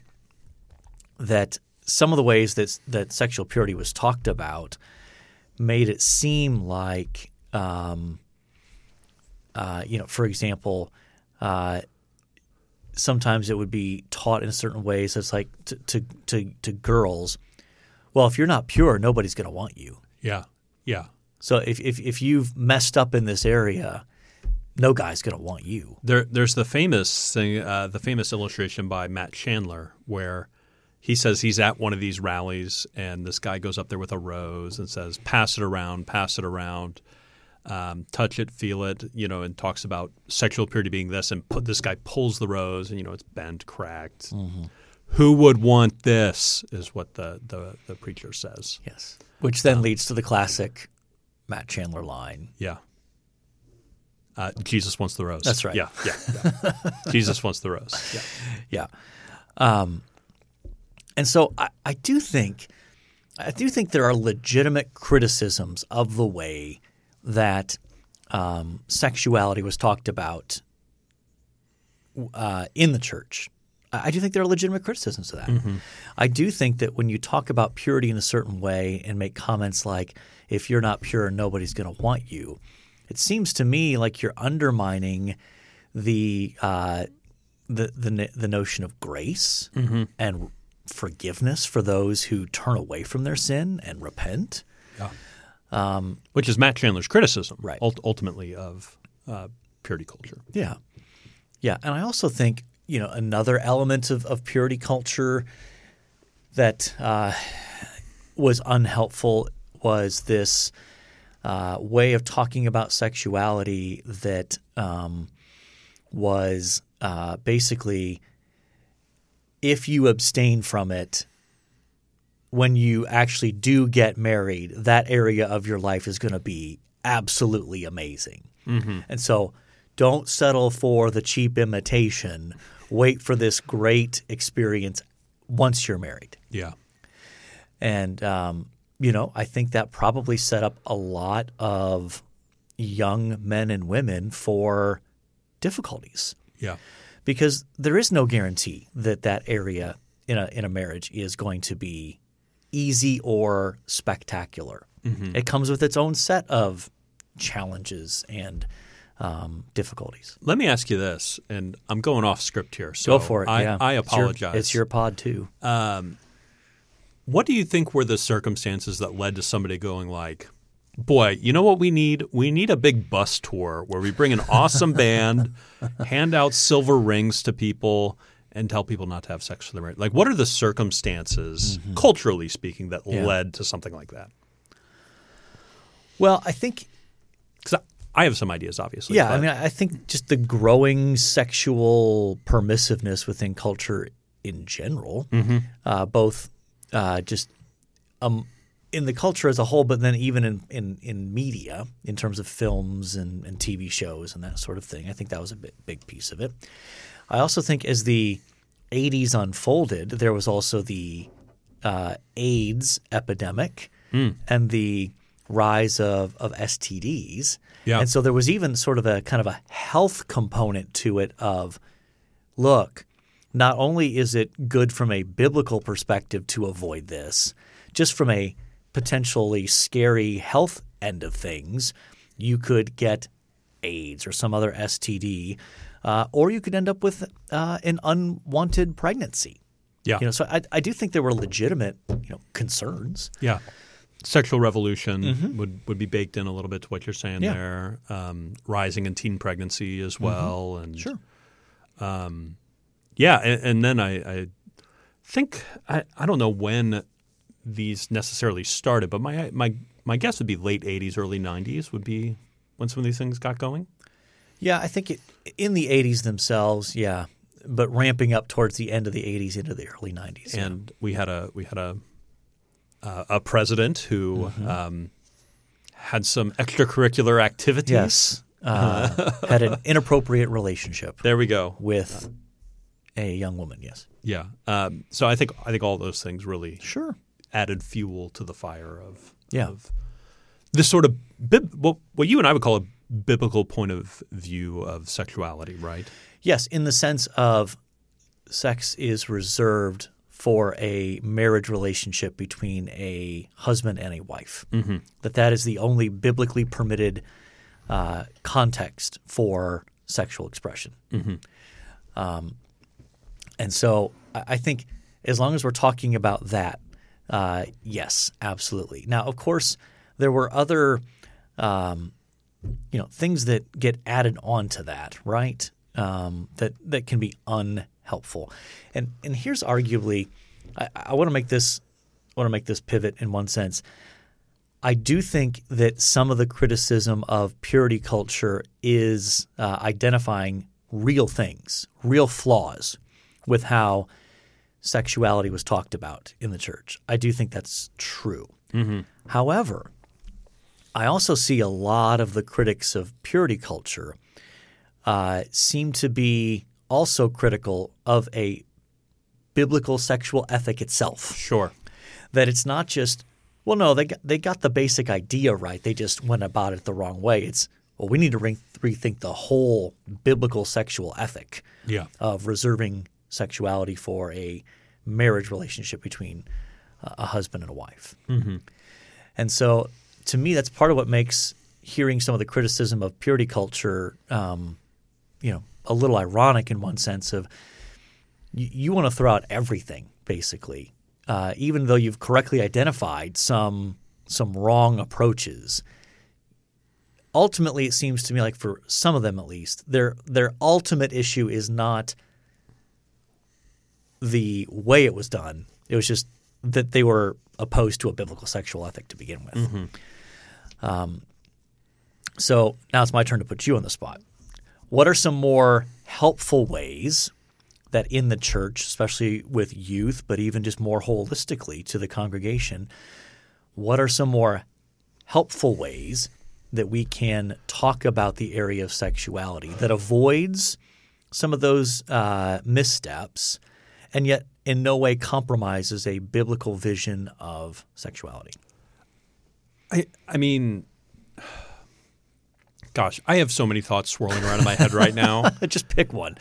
Speaker 1: that some of the ways that that sexual purity was talked about made it seem like, um, uh, you know, for example, uh, sometimes it would be taught in certain ways. So it's like to, to to to girls, well, if you're not pure, nobody's going to want you.
Speaker 2: Yeah. Yeah.
Speaker 1: So if, if if you've messed up in this area, no guy's going to want you.
Speaker 2: There, there's the famous thing, uh, the famous illustration by Matt Chandler, where he says he's at one of these rallies, and this guy goes up there with a rose and says, "Pass it around, pass it around, um, touch it, feel it," you know, and talks about sexual purity being this, and put, this guy pulls the rose, and you know, it's bent, cracked.
Speaker 1: Mm-hmm.
Speaker 2: Who would want this? Is what the the, the preacher says.
Speaker 1: Yes. Which then leads to the classic Matt Chandler line.
Speaker 2: Yeah. Uh, Jesus wants the rose.
Speaker 1: That's right.
Speaker 2: Yeah, yeah.
Speaker 1: [LAUGHS]
Speaker 2: yeah. Jesus wants the rose. Yeah.
Speaker 1: Yeah. Um, and so I, I do think I do think there are legitimate criticisms of the way that um, sexuality was talked about uh, in the church. I I do think there are legitimate criticisms of that. I do think that when you talk about purity in a certain way and make comments like, if you're not pure, nobody's going to want you, it seems to me like you're undermining the uh, the, the n- the notion of grace and forgiveness for those who turn away from their sin and repent.
Speaker 2: Which is Matt Chandler's criticism,
Speaker 1: Right.
Speaker 2: ult- ultimately, of uh, purity culture.
Speaker 1: Yeah. Yeah. And I also think, you know, another element of, of purity culture that uh, was unhelpful was this uh, way of talking about sexuality that um, was uh, basically if you abstain from it, when you actually do get married, that area of your life is going to be absolutely amazing. And so don't settle for the cheap imitation. Wait for this great experience once you're married.
Speaker 2: Yeah,
Speaker 1: And, um, you know, I think that probably set up a lot of young men and women for difficulties
Speaker 2: yeah,
Speaker 1: because there is no guarantee that that area in a in a marriage is going to be easy or spectacular.
Speaker 2: Mm-hmm.
Speaker 1: It comes with its own set of challenges and um, difficulties.
Speaker 2: Let me ask you this, and I'm going off script here.
Speaker 1: Go
Speaker 2: So
Speaker 1: for it.
Speaker 2: I,
Speaker 1: yeah.
Speaker 2: I
Speaker 1: It's your-
Speaker 2: apologize. Uh,
Speaker 1: It's your, pod too.
Speaker 2: What do you think were the circumstances that led to somebody going like, "Boy, you know what we need? We need a big bus tour where we bring an awesome band, [LAUGHS] hand out silver rings to people." And tell people not to have sex with their married. Like, what are the circumstances,
Speaker 1: Mm-hmm.
Speaker 2: culturally speaking, that led to something like that?
Speaker 1: well, I think
Speaker 2: Because I have some ideas, obviously.
Speaker 1: yeah.
Speaker 2: but-
Speaker 1: I mean, I think just the growing sexual permissiveness within culture in general,
Speaker 2: Mm-hmm.
Speaker 1: uh, both uh, just in the culture as a whole, but then even in, in, in media, in terms of films and, and TV shows and that sort of thing. I think that was a bit, big piece of it. I also think as the 80s unfolded, there was also the uh, AIDS epidemic and the rise of, of STDs.
Speaker 2: Yeah.
Speaker 1: And so there was even sort of a kind of a health component to it of look, not only is it good from a biblical perspective to avoid this, just from a potentially scary health end of things, you could get AIDS or some other STD, uh, or you could end up with uh, an unwanted pregnancy.
Speaker 2: yeah.
Speaker 1: You know, so I, I do think there were legitimate, you know, concerns.
Speaker 2: Yeah. Sexual revolution would, would be baked in a little bit to what you're saying
Speaker 1: Mm-hmm. Yeah. Mm-hmm.
Speaker 2: there. Um, rising in teen pregnancy as well, and um,
Speaker 1: Sure.
Speaker 2: yeah, and, and then I, I think I, I don't know when these necessarily started, but my my my guess would be late '80s, early '90s would be when some of these things got going.
Speaker 1: Yeah, I think it, in the 80s themselves, yeah, but ramping up towards the end of the 80s into the early 90s. yeah.
Speaker 2: and we had a we had a uh, a president who
Speaker 1: Mm-hmm.
Speaker 2: um, had some extracurricular activities.
Speaker 1: Yes. Uh, had an inappropriate relationship
Speaker 2: There we go.
Speaker 1: with a young woman, yes.
Speaker 2: Yeah. Um, so I think I think all those things really
Speaker 1: Sure.
Speaker 2: added fuel to the fire of
Speaker 1: Yeah.
Speaker 2: of this sort of bib- what what you and I would call a biblical point of view of sexuality, right?
Speaker 1: Yes, in the sense of sex is reserved for a marriage relationship between a husband and a wife. That that is the only biblically permitted uh, context for sexual expression. Um, And so I I think as long as we're talking about that, uh, yes, absolutely. Now, of course, there were other, um, you know, things that get added on to that, right? Um, that that can be unhelpful. And and here's arguably, I, I want to make this I want to make this pivot in one sense. I do think that some of the criticism of purity culture is uh, identifying real things, real flaws with how sexuality was talked about in the church. I do think that's true. However, I also see a lot of the critics of purity culture uh, seem to be also critical of a biblical sexual ethic itself
Speaker 2: Sure.
Speaker 1: that it's not just well no they got, they got the basic idea right they just went about it the wrong way it's well we need to re- rethink the whole biblical sexual ethic
Speaker 2: Yeah.
Speaker 1: of reserving sexuality for a marriage relationship between a a husband and a wife and so to me that's part of what makes hearing some of the criticism of purity culture um, you know a little ironic in one sense of you, you want to throw out everything basically, uh, even though you've correctly identified some some wrong approaches. Ultimately, it seems to me like for some of them at least, their their ultimate issue is not the way it was done. It was just that they were opposed to a biblical sexual ethic to begin with. Um, so now it's my turn to put you on the spot. What are some more helpful ways that in the church, especially with youth, but even just more holistically to the congregation, what are some more helpful ways that we can talk about the area of sexuality that avoids some of those uh, missteps and yet in no way compromises a biblical vision of sexuality?
Speaker 2: I I mean, gosh, I have so many thoughts swirling around in my head right now.
Speaker 1: just pick one.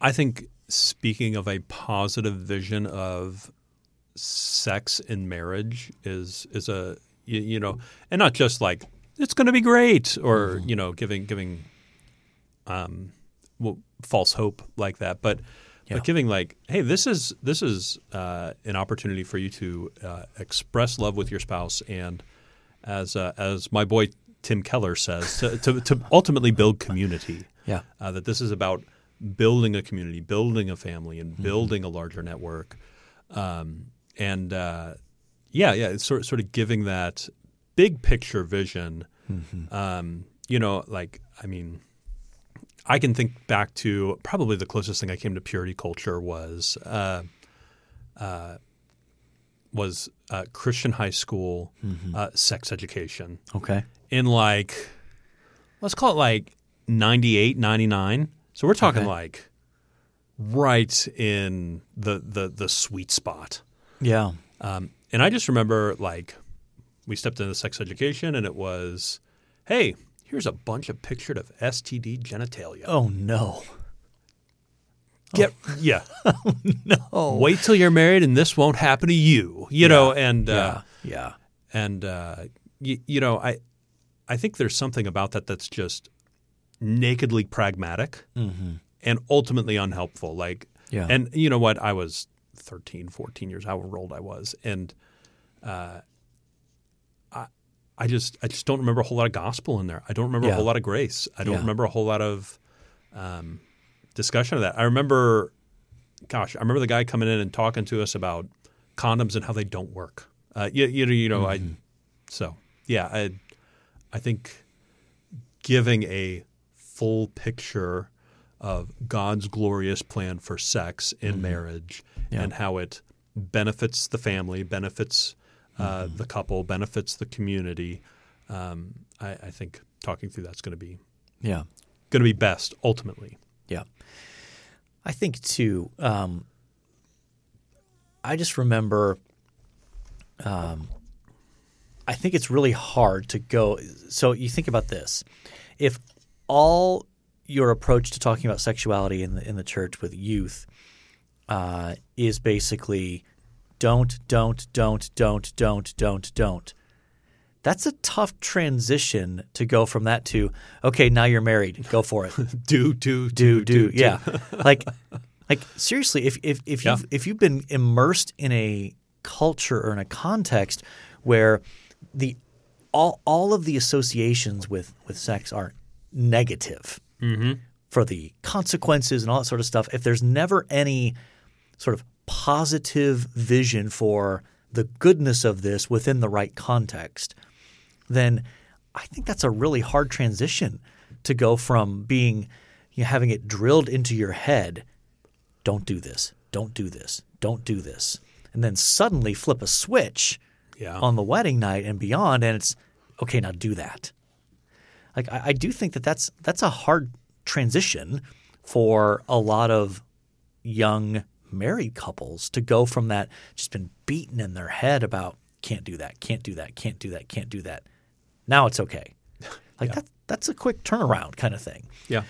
Speaker 2: I think speaking of a positive vision of sex in marriage is is a you, you know, and not just like it's going to be great or
Speaker 1: Mm-hmm.
Speaker 2: you know giving giving um well, false hope like that, but
Speaker 1: Yeah.
Speaker 2: but giving like hey this is this is uh, an opportunity for you to uh, express love with your spouse and as uh, as my boy Tim Keller says to, to, to ultimately build community
Speaker 1: yeah.
Speaker 2: uh, that this is about building a community, building a family,
Speaker 1: Mm-hmm.
Speaker 2: and building a larger network. Um, and uh, yeah, yeah, it's sort sort of giving that big picture vision. Um, you know, like I mean, I can think back to probably the closest thing I came to purity culture was uh, uh, was uh, Christian high school uh, sex education
Speaker 1: Okay.
Speaker 2: in like let's call it like 98 99 so we're talking
Speaker 1: Okay.
Speaker 2: like right in the the the sweet spot
Speaker 1: Yeah.
Speaker 2: um, and i just remember like we stepped into sex education and it was hey here's a bunch of pictures of std genitalia
Speaker 1: Oh, no.
Speaker 2: get
Speaker 1: [LAUGHS]
Speaker 2: yeah
Speaker 1: Oh,
Speaker 2: no wait till you're married and this won't happen to you you know and uh,
Speaker 1: yeah.
Speaker 2: and uh, y- you know I I think there's something about that that's just nakedly pragmatic and ultimately unhelpful like
Speaker 1: Mm-hmm. Yeah.
Speaker 2: and you know what I was 13 14 years however old I was and uh, I I just I just don't remember a whole lot of gospel in there I don't remember
Speaker 1: Yeah.
Speaker 2: a whole lot of grace I don't
Speaker 1: Yeah.
Speaker 2: remember a whole lot of um, discussion of that I remember gosh, I remember the guy coming in and talking to us about condoms and how they don't work. Uh, you, you, know- you know,
Speaker 1: Mm-hmm.
Speaker 2: I so yeah, I I think giving a full picture of God's glorious plan for sex in marriage and how it benefits the family, benefits uh, the couple, benefits the community. Um, I, I think talking through that's going to be
Speaker 1: Yeah.
Speaker 2: going to be best ultimately.
Speaker 1: Yeah. I think too. Um, I just remember. Um, I think it's really hard to go. So you think about this: if all your approach to talking about sexuality in the in the church with youth uh, is basically don't, don't, don't, don't, don't, don't, don't. That's a tough transition to go from that to okay, now you're married, go for it.
Speaker 2: [LAUGHS] Do do
Speaker 1: do do
Speaker 2: [LAUGHS]
Speaker 1: yeah like like seriously if if if
Speaker 2: Yeah.
Speaker 1: you've if you've been immersed in a culture or in a context where the all all of the associations with with sex are negative
Speaker 2: Mm-hmm.
Speaker 1: for the consequences and all that sort of stuff if there's never any sort of positive vision for the goodness of this within the right context then I think that's a really hard transition to go from being you know, having it drilled into your head, don't do this, don't do this, don't do this, and then suddenly flip a switch
Speaker 2: Yeah.
Speaker 1: on the wedding night and beyond, and it's okay now do that. Like I, I do think that that's that's a hard transition for a lot of young married couples to go from that just been beaten in their head about can't do that, can't do that, can't do that, can't do that. Now it's okay. Like that that's a quick turnaround kind of thing.
Speaker 2: Yeah.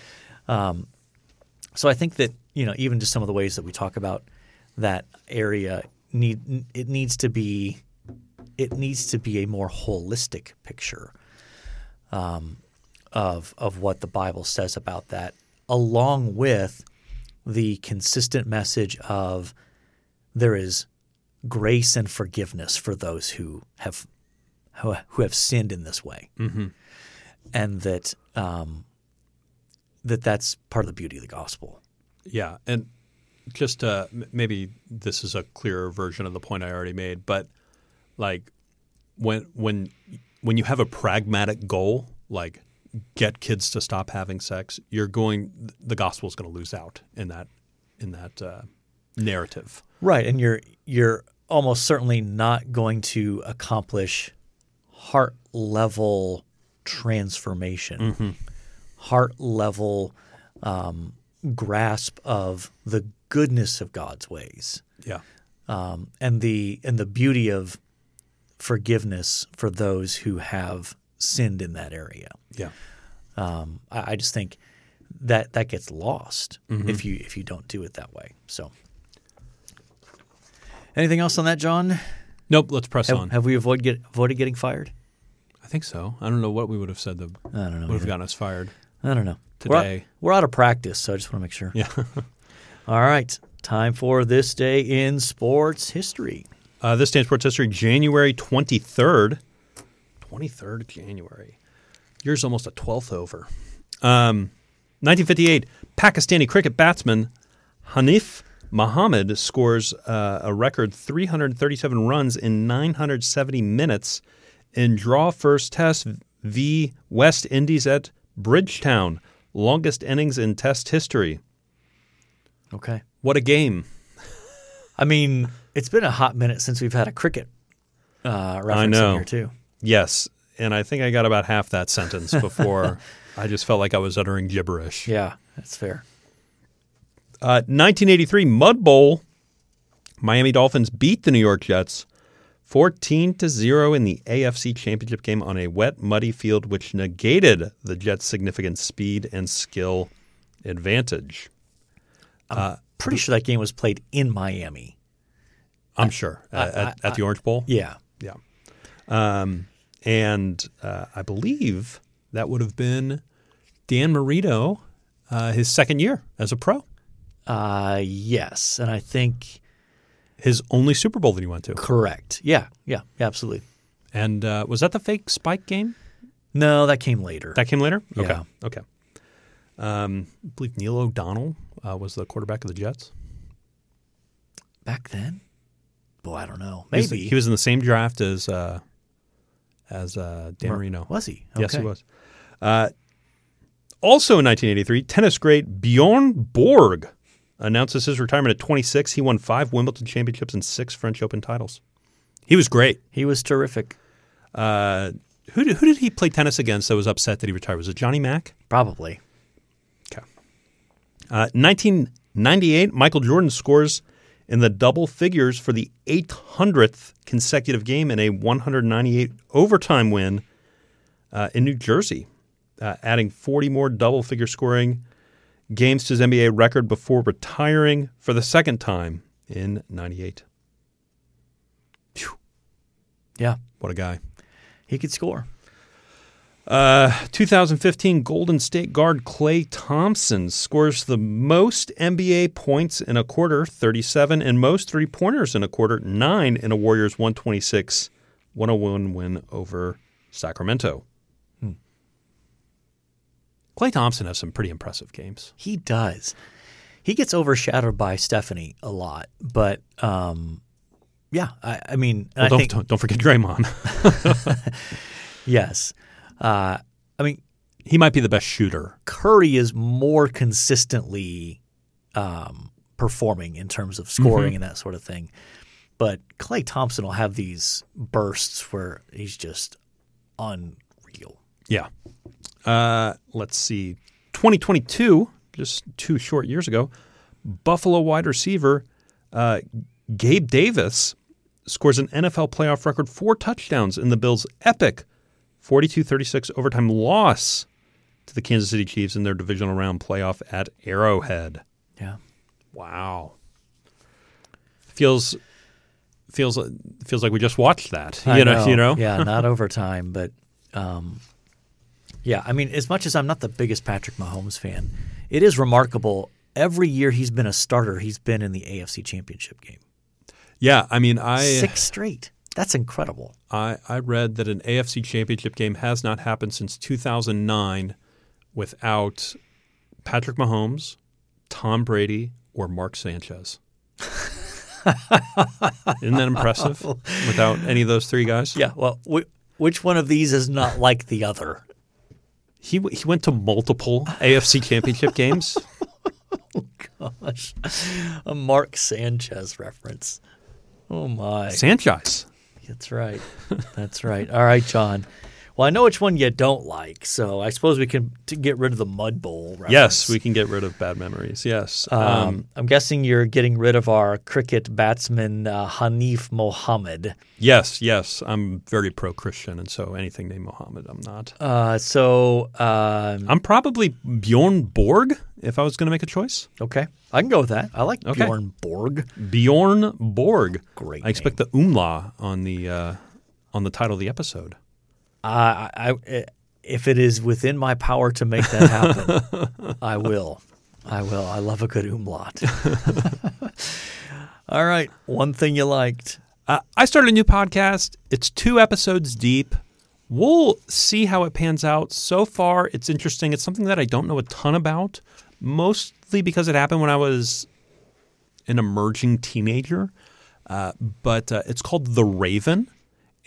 Speaker 1: So I think that you know even just some of the ways that we talk about that area need it needs to be it needs to be a more holistic picture um, of of what the Bible says about that, along with the consistent message of there is grace and forgiveness for those who have who, who have sinned in this way, and that um, that that's part of the beauty of the gospel.
Speaker 2: Yeah, and just uh, m- maybe this is a clearer version of the point I already made, but like when when when you have a pragmatic goal, like get kids to stop having sex, you're going the gospel's going to lose out in that in that uh, narrative.
Speaker 1: Right, and you're you're almost certainly not going to accomplish heart level transformation, heart level um, grasp of the goodness of God's ways,
Speaker 2: Yeah,
Speaker 1: um, and the and the beauty of forgiveness for those who have sinned in that area.
Speaker 2: yeah,
Speaker 1: Um, I, I just think that that gets lost
Speaker 2: Mm-hmm.
Speaker 1: if you if you don't do it that way. So, anything else on that, John?
Speaker 2: nope. Let's press
Speaker 1: Have,
Speaker 2: on.
Speaker 1: have we avoid get, avoided getting fired?
Speaker 2: I think so. I don't know what we would have said that
Speaker 1: I don't know.
Speaker 2: would have
Speaker 1: either.
Speaker 2: gotten us fired.
Speaker 1: I don't know.
Speaker 2: Today.
Speaker 1: we're, we're out of practice, so I just want to make sure.
Speaker 2: Yeah. [LAUGHS]
Speaker 1: All right, time for this day in sports history.
Speaker 2: Uh, this day in sports history, January 23rd. 23rd January. Year's almost a 12th over. Um, 1958, Pakistani cricket batsman Hanif Muhammad scores uh, a record 337 runs in 970 minutes in draw first test v West Indies at Bridgetown. Longest innings in test history.
Speaker 1: Okay.
Speaker 2: What a game.
Speaker 1: I mean, it's been a hot minute since we've had a cricket uh, reference
Speaker 2: know.
Speaker 1: in here too.
Speaker 2: Yes. And I think I got about half that sentence before I just felt like I was uttering gibberish.
Speaker 1: Yeah, that's fair.
Speaker 2: Uh, 1983 Mud Bowl. Miami Dolphins beat the New York Jets 14 to 0 in the AFC Championship game on a wet, muddy field, which negated the Jets' significant speed and skill advantage.
Speaker 1: Pretty sure that game was played in Miami.
Speaker 2: I'm sure. uh, at, at the Orange Bowl?
Speaker 1: Yeah.
Speaker 2: Yeah. Um, and uh, I believe that would have been Dan Marino, uh, his second year as a pro,
Speaker 1: Uh, yes, and I think
Speaker 2: his only Super Bowl that he went to.
Speaker 1: correct. Yeah, yeah, absolutely.
Speaker 2: And uh, was that the fake spike game?
Speaker 1: No, that came later.
Speaker 2: That came later? Okay.
Speaker 1: Yeah.
Speaker 2: Okay. Um, I believe Neil O'Donnell uh, was the quarterback of the Jets.
Speaker 1: Back then? Boy, I don't know.
Speaker 2: He was-
Speaker 1: Maybe
Speaker 2: He was in the same draft as uh, as uh, Dan Marino.
Speaker 1: Was he?
Speaker 2: Yes, he
Speaker 1: Okay.
Speaker 2: was. Uh, also in 1983, tennis great Bjorn Borg announces his retirement at 26. He won five Wimbledon championships and six French Open titles. He was great.
Speaker 1: He was terrific.
Speaker 2: Uh, who, did, who did he play tennis against that was upset that he retired? Was it Johnny Mack?
Speaker 1: Probably.
Speaker 2: Okay. Uh, 1998, Michael Jordan scores in the double figures for the 800th consecutive game in a 198 overtime win uh, in New Jersey, uh, adding 40 more double figure scoring games to his NBA record before retiring for the second time in 98.
Speaker 1: Yeah,
Speaker 2: What a guy.
Speaker 1: he could score.
Speaker 2: Uh, 2015 Golden State guard Clay Thompson scores the most NBA points in a quarter, 37, and most three pointers in a quarter, 9, in a Warriors 126 101 win over Sacramento.
Speaker 1: Hmm.
Speaker 2: Clay Thompson has some pretty impressive games.
Speaker 1: He does. He gets overshadowed by Stephanie a lot, but um, yeah, I, I mean, and I
Speaker 2: Well, don't,
Speaker 1: think
Speaker 2: don't, don't forget Draymond.
Speaker 1: [LAUGHS] yes, uh, I mean
Speaker 2: he might be the best shooter.
Speaker 1: Curry is more consistently um, performing in terms of scoring
Speaker 2: Mm-hmm.
Speaker 1: and that sort of thing, but Clay Thompson will have these bursts where he's just unreal.
Speaker 2: Yeah. Uh, let's see. 2022, just two short years ago, Buffalo wide receiver uh, Gabe Davis scores an NFL playoff record four touchdowns in the Bills' epic 42 36 overtime loss to the Kansas City Chiefs in their divisional round playoff at Arrowhead.
Speaker 1: Yeah,
Speaker 2: Wow. Feels. Feels feels like we just watched that, you
Speaker 1: I
Speaker 2: know, you know.
Speaker 1: yeah,
Speaker 2: [LAUGHS]
Speaker 1: not overtime, but um, yeah, I mean, as much as I'm not the biggest Patrick Mahomes fan, it is remarkable. Every year he's been a starter, he's been in the AFC Championship game
Speaker 2: Yeah, I mean, I
Speaker 1: six straight. That's incredible.
Speaker 2: I, I read that an AFC championship game has not happened since 2009 without Patrick Mahomes, Tom Brady, or
Speaker 1: [LAUGHS]
Speaker 2: Mark Sanchez. Isn't that impressive? Without any of those three guys?
Speaker 1: Yeah. Well, wh- which one of these is not like the other? [LAUGHS]
Speaker 2: He, w- he went to multiple AFC
Speaker 1: [LAUGHS]
Speaker 2: championship games.
Speaker 1: Gosh, a Mark Sanchez reference. Oh my.
Speaker 2: Sanchez.
Speaker 1: That's right. That's right. All right, John. Well, I know which one you don't like, so I suppose we can to get rid of the mud bowl. Reference.
Speaker 2: Yes, we can get rid of bad memories. Yes.
Speaker 1: Um,
Speaker 2: Um,
Speaker 1: I'm guessing you're getting rid of our cricket batsman uh, Hanif Mohammed.
Speaker 2: yes, yes. I'm very pro Christian, and so anything named Mohammed, I'm not.
Speaker 1: Uh, so um,
Speaker 2: I'm probably Bjorn Borg if I was going to make a choice.
Speaker 1: okay, I can go with that. I like
Speaker 2: Okay.
Speaker 1: Bjorn Borg.
Speaker 2: Bjorn Borg.
Speaker 1: Great
Speaker 2: I expect the umla on the uh, on the title of the episode.
Speaker 1: Uh, I, I, if it is within my power to make that happen, I will. I will. I love a good umlaut. [LAUGHS] All right. One thing you liked.
Speaker 2: Uh, I started a new podcast. It's two episodes deep. We'll see how it pans out. So far, it's interesting. It's something that I don't know a ton about, mostly because it happened when I was an emerging teenager. Uh, but uh, it's called The Raven,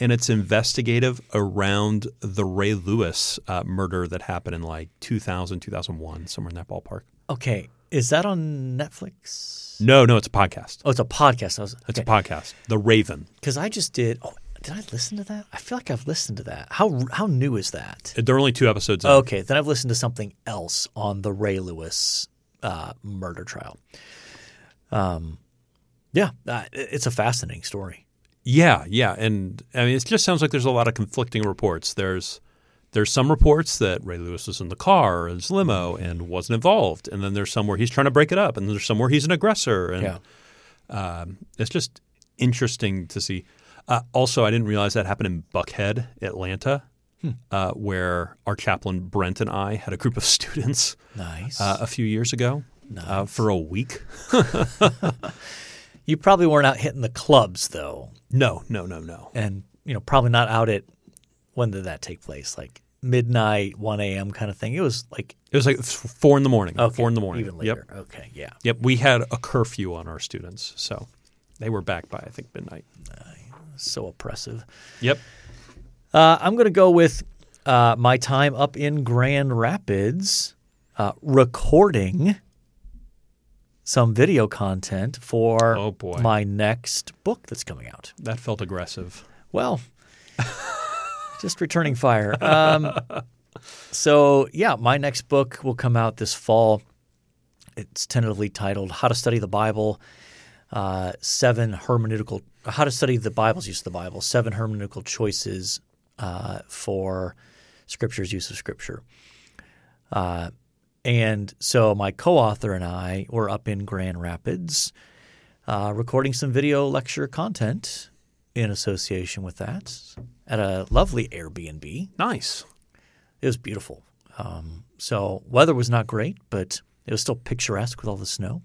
Speaker 2: and it's investigative around the Ray Lewis uh, murder that happened in like 2000, 2001, somewhere in that ballpark.
Speaker 1: Okay. Is that on Netflix?
Speaker 2: No, no, it's a podcast.
Speaker 1: Oh, it's a podcast. I was
Speaker 2: It's a podcast. The Raven.
Speaker 1: because I just did. Oh, did I listen to that? I feel like I've listened to that. How how new is that?
Speaker 2: There are only two episodes. in.
Speaker 1: Okay, then I've listened to something else on the Ray Lewis uh, murder trial. Um, yeah, uh, it- it's a fascinating story.
Speaker 2: Yeah, yeah, and I mean, it just sounds like there's a lot of conflicting reports. There's there's some reports that Ray Lewis was in the car or his limo and wasn't involved, and then there's some where he's trying to break it up, and there's some where he's an aggressor, and um,
Speaker 1: Yeah.
Speaker 2: it's just interesting to see. Uh, also, I didn't realize that happened in Buckhead, Atlanta, uh, where our chaplain Brent and I had a group of [LAUGHS] students
Speaker 1: Nice.
Speaker 2: uh, a few years ago uh, for a week.
Speaker 1: you probably weren't out hitting the clubs though,
Speaker 2: No, no, no, no.
Speaker 1: and you know probably not out at when did that take place? Like midnight, one a.m. kind of thing. It was like
Speaker 2: It was like f- four in the morning.
Speaker 1: okay,
Speaker 2: four in the morning.
Speaker 1: even
Speaker 2: Yep.
Speaker 1: later. Okay, yeah,
Speaker 2: Yep, we had a curfew on our students, so they were back by I think midnight.
Speaker 1: so oppressive.
Speaker 2: Yep.
Speaker 1: Uh, I'm going to go with uh, my time up in Grand Rapids uh, recording some video content for
Speaker 2: Oh, boy.
Speaker 1: my next book that's coming out.
Speaker 2: That felt aggressive.
Speaker 1: Well, just returning fire. Um, so, yeah, my next book will come out this fall. It's tentatively titled How to Study the Bible uh, Seven Hermeneutical, How to Study the Bible's Use of the Bible, Seven Hermeneutical Choices uh, for Scripture's Use of Scripture. Uh, And so my co-author and I were up in Grand Rapids uh, recording some video lecture content in association with that at a lovely Airbnb.
Speaker 2: Nice.
Speaker 1: It was beautiful. Um, so weather was not great, but it was still picturesque with all the snow.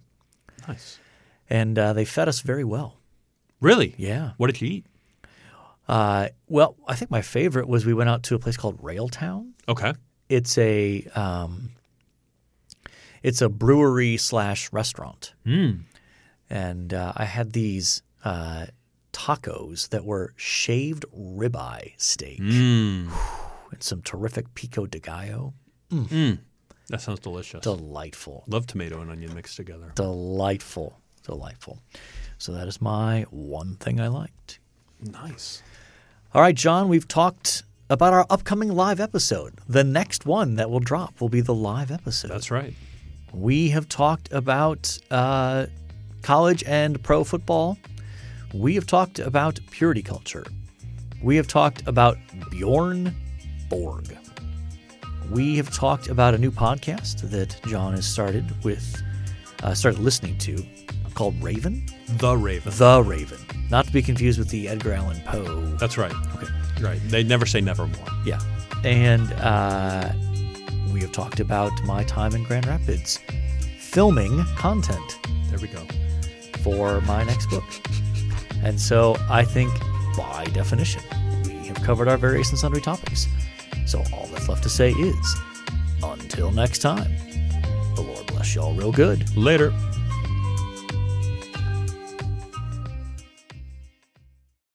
Speaker 2: Nice.
Speaker 1: And uh, they fed us very well.
Speaker 2: Really?
Speaker 1: Yeah.
Speaker 2: What did you eat?
Speaker 1: Uh, well, I think my favorite was we went out to a place called Railtown.
Speaker 2: Okay.
Speaker 1: It's a um, it's a brewery slash restaurant,
Speaker 2: Mm.
Speaker 1: and uh, I had these uh, tacos that were shaved ribeye steak
Speaker 2: Mm.
Speaker 1: [SIGHS] and some terrific pico de gallo.
Speaker 2: That sounds delicious.
Speaker 1: Delightful.
Speaker 2: Love tomato and onion mixed together.
Speaker 1: delightful, delightful. So that is my one thing I liked.
Speaker 2: Nice.
Speaker 1: All right, John, we've talked about our upcoming live episode. The next one that will drop will be the live episode.
Speaker 2: That's right.
Speaker 1: we have talked about uh, college and pro football. We have talked about purity culture. We have talked about Bjorn Borg. We have talked about a new podcast that John has started with, uh, started listening to, called Raven.
Speaker 2: The Raven.
Speaker 1: The Raven, not to be confused with the Edgar Allan Poe.
Speaker 2: That's right.
Speaker 1: Okay.
Speaker 2: Right. They never say never more.
Speaker 1: Yeah. And uh, we have talked about my time in Grand Rapids filming content
Speaker 2: There we go.
Speaker 1: for my next book. And so I think, by definition, we have covered our various and sundry topics. So all that's left to say is until next time, the Lord bless y'all real good.
Speaker 2: Later.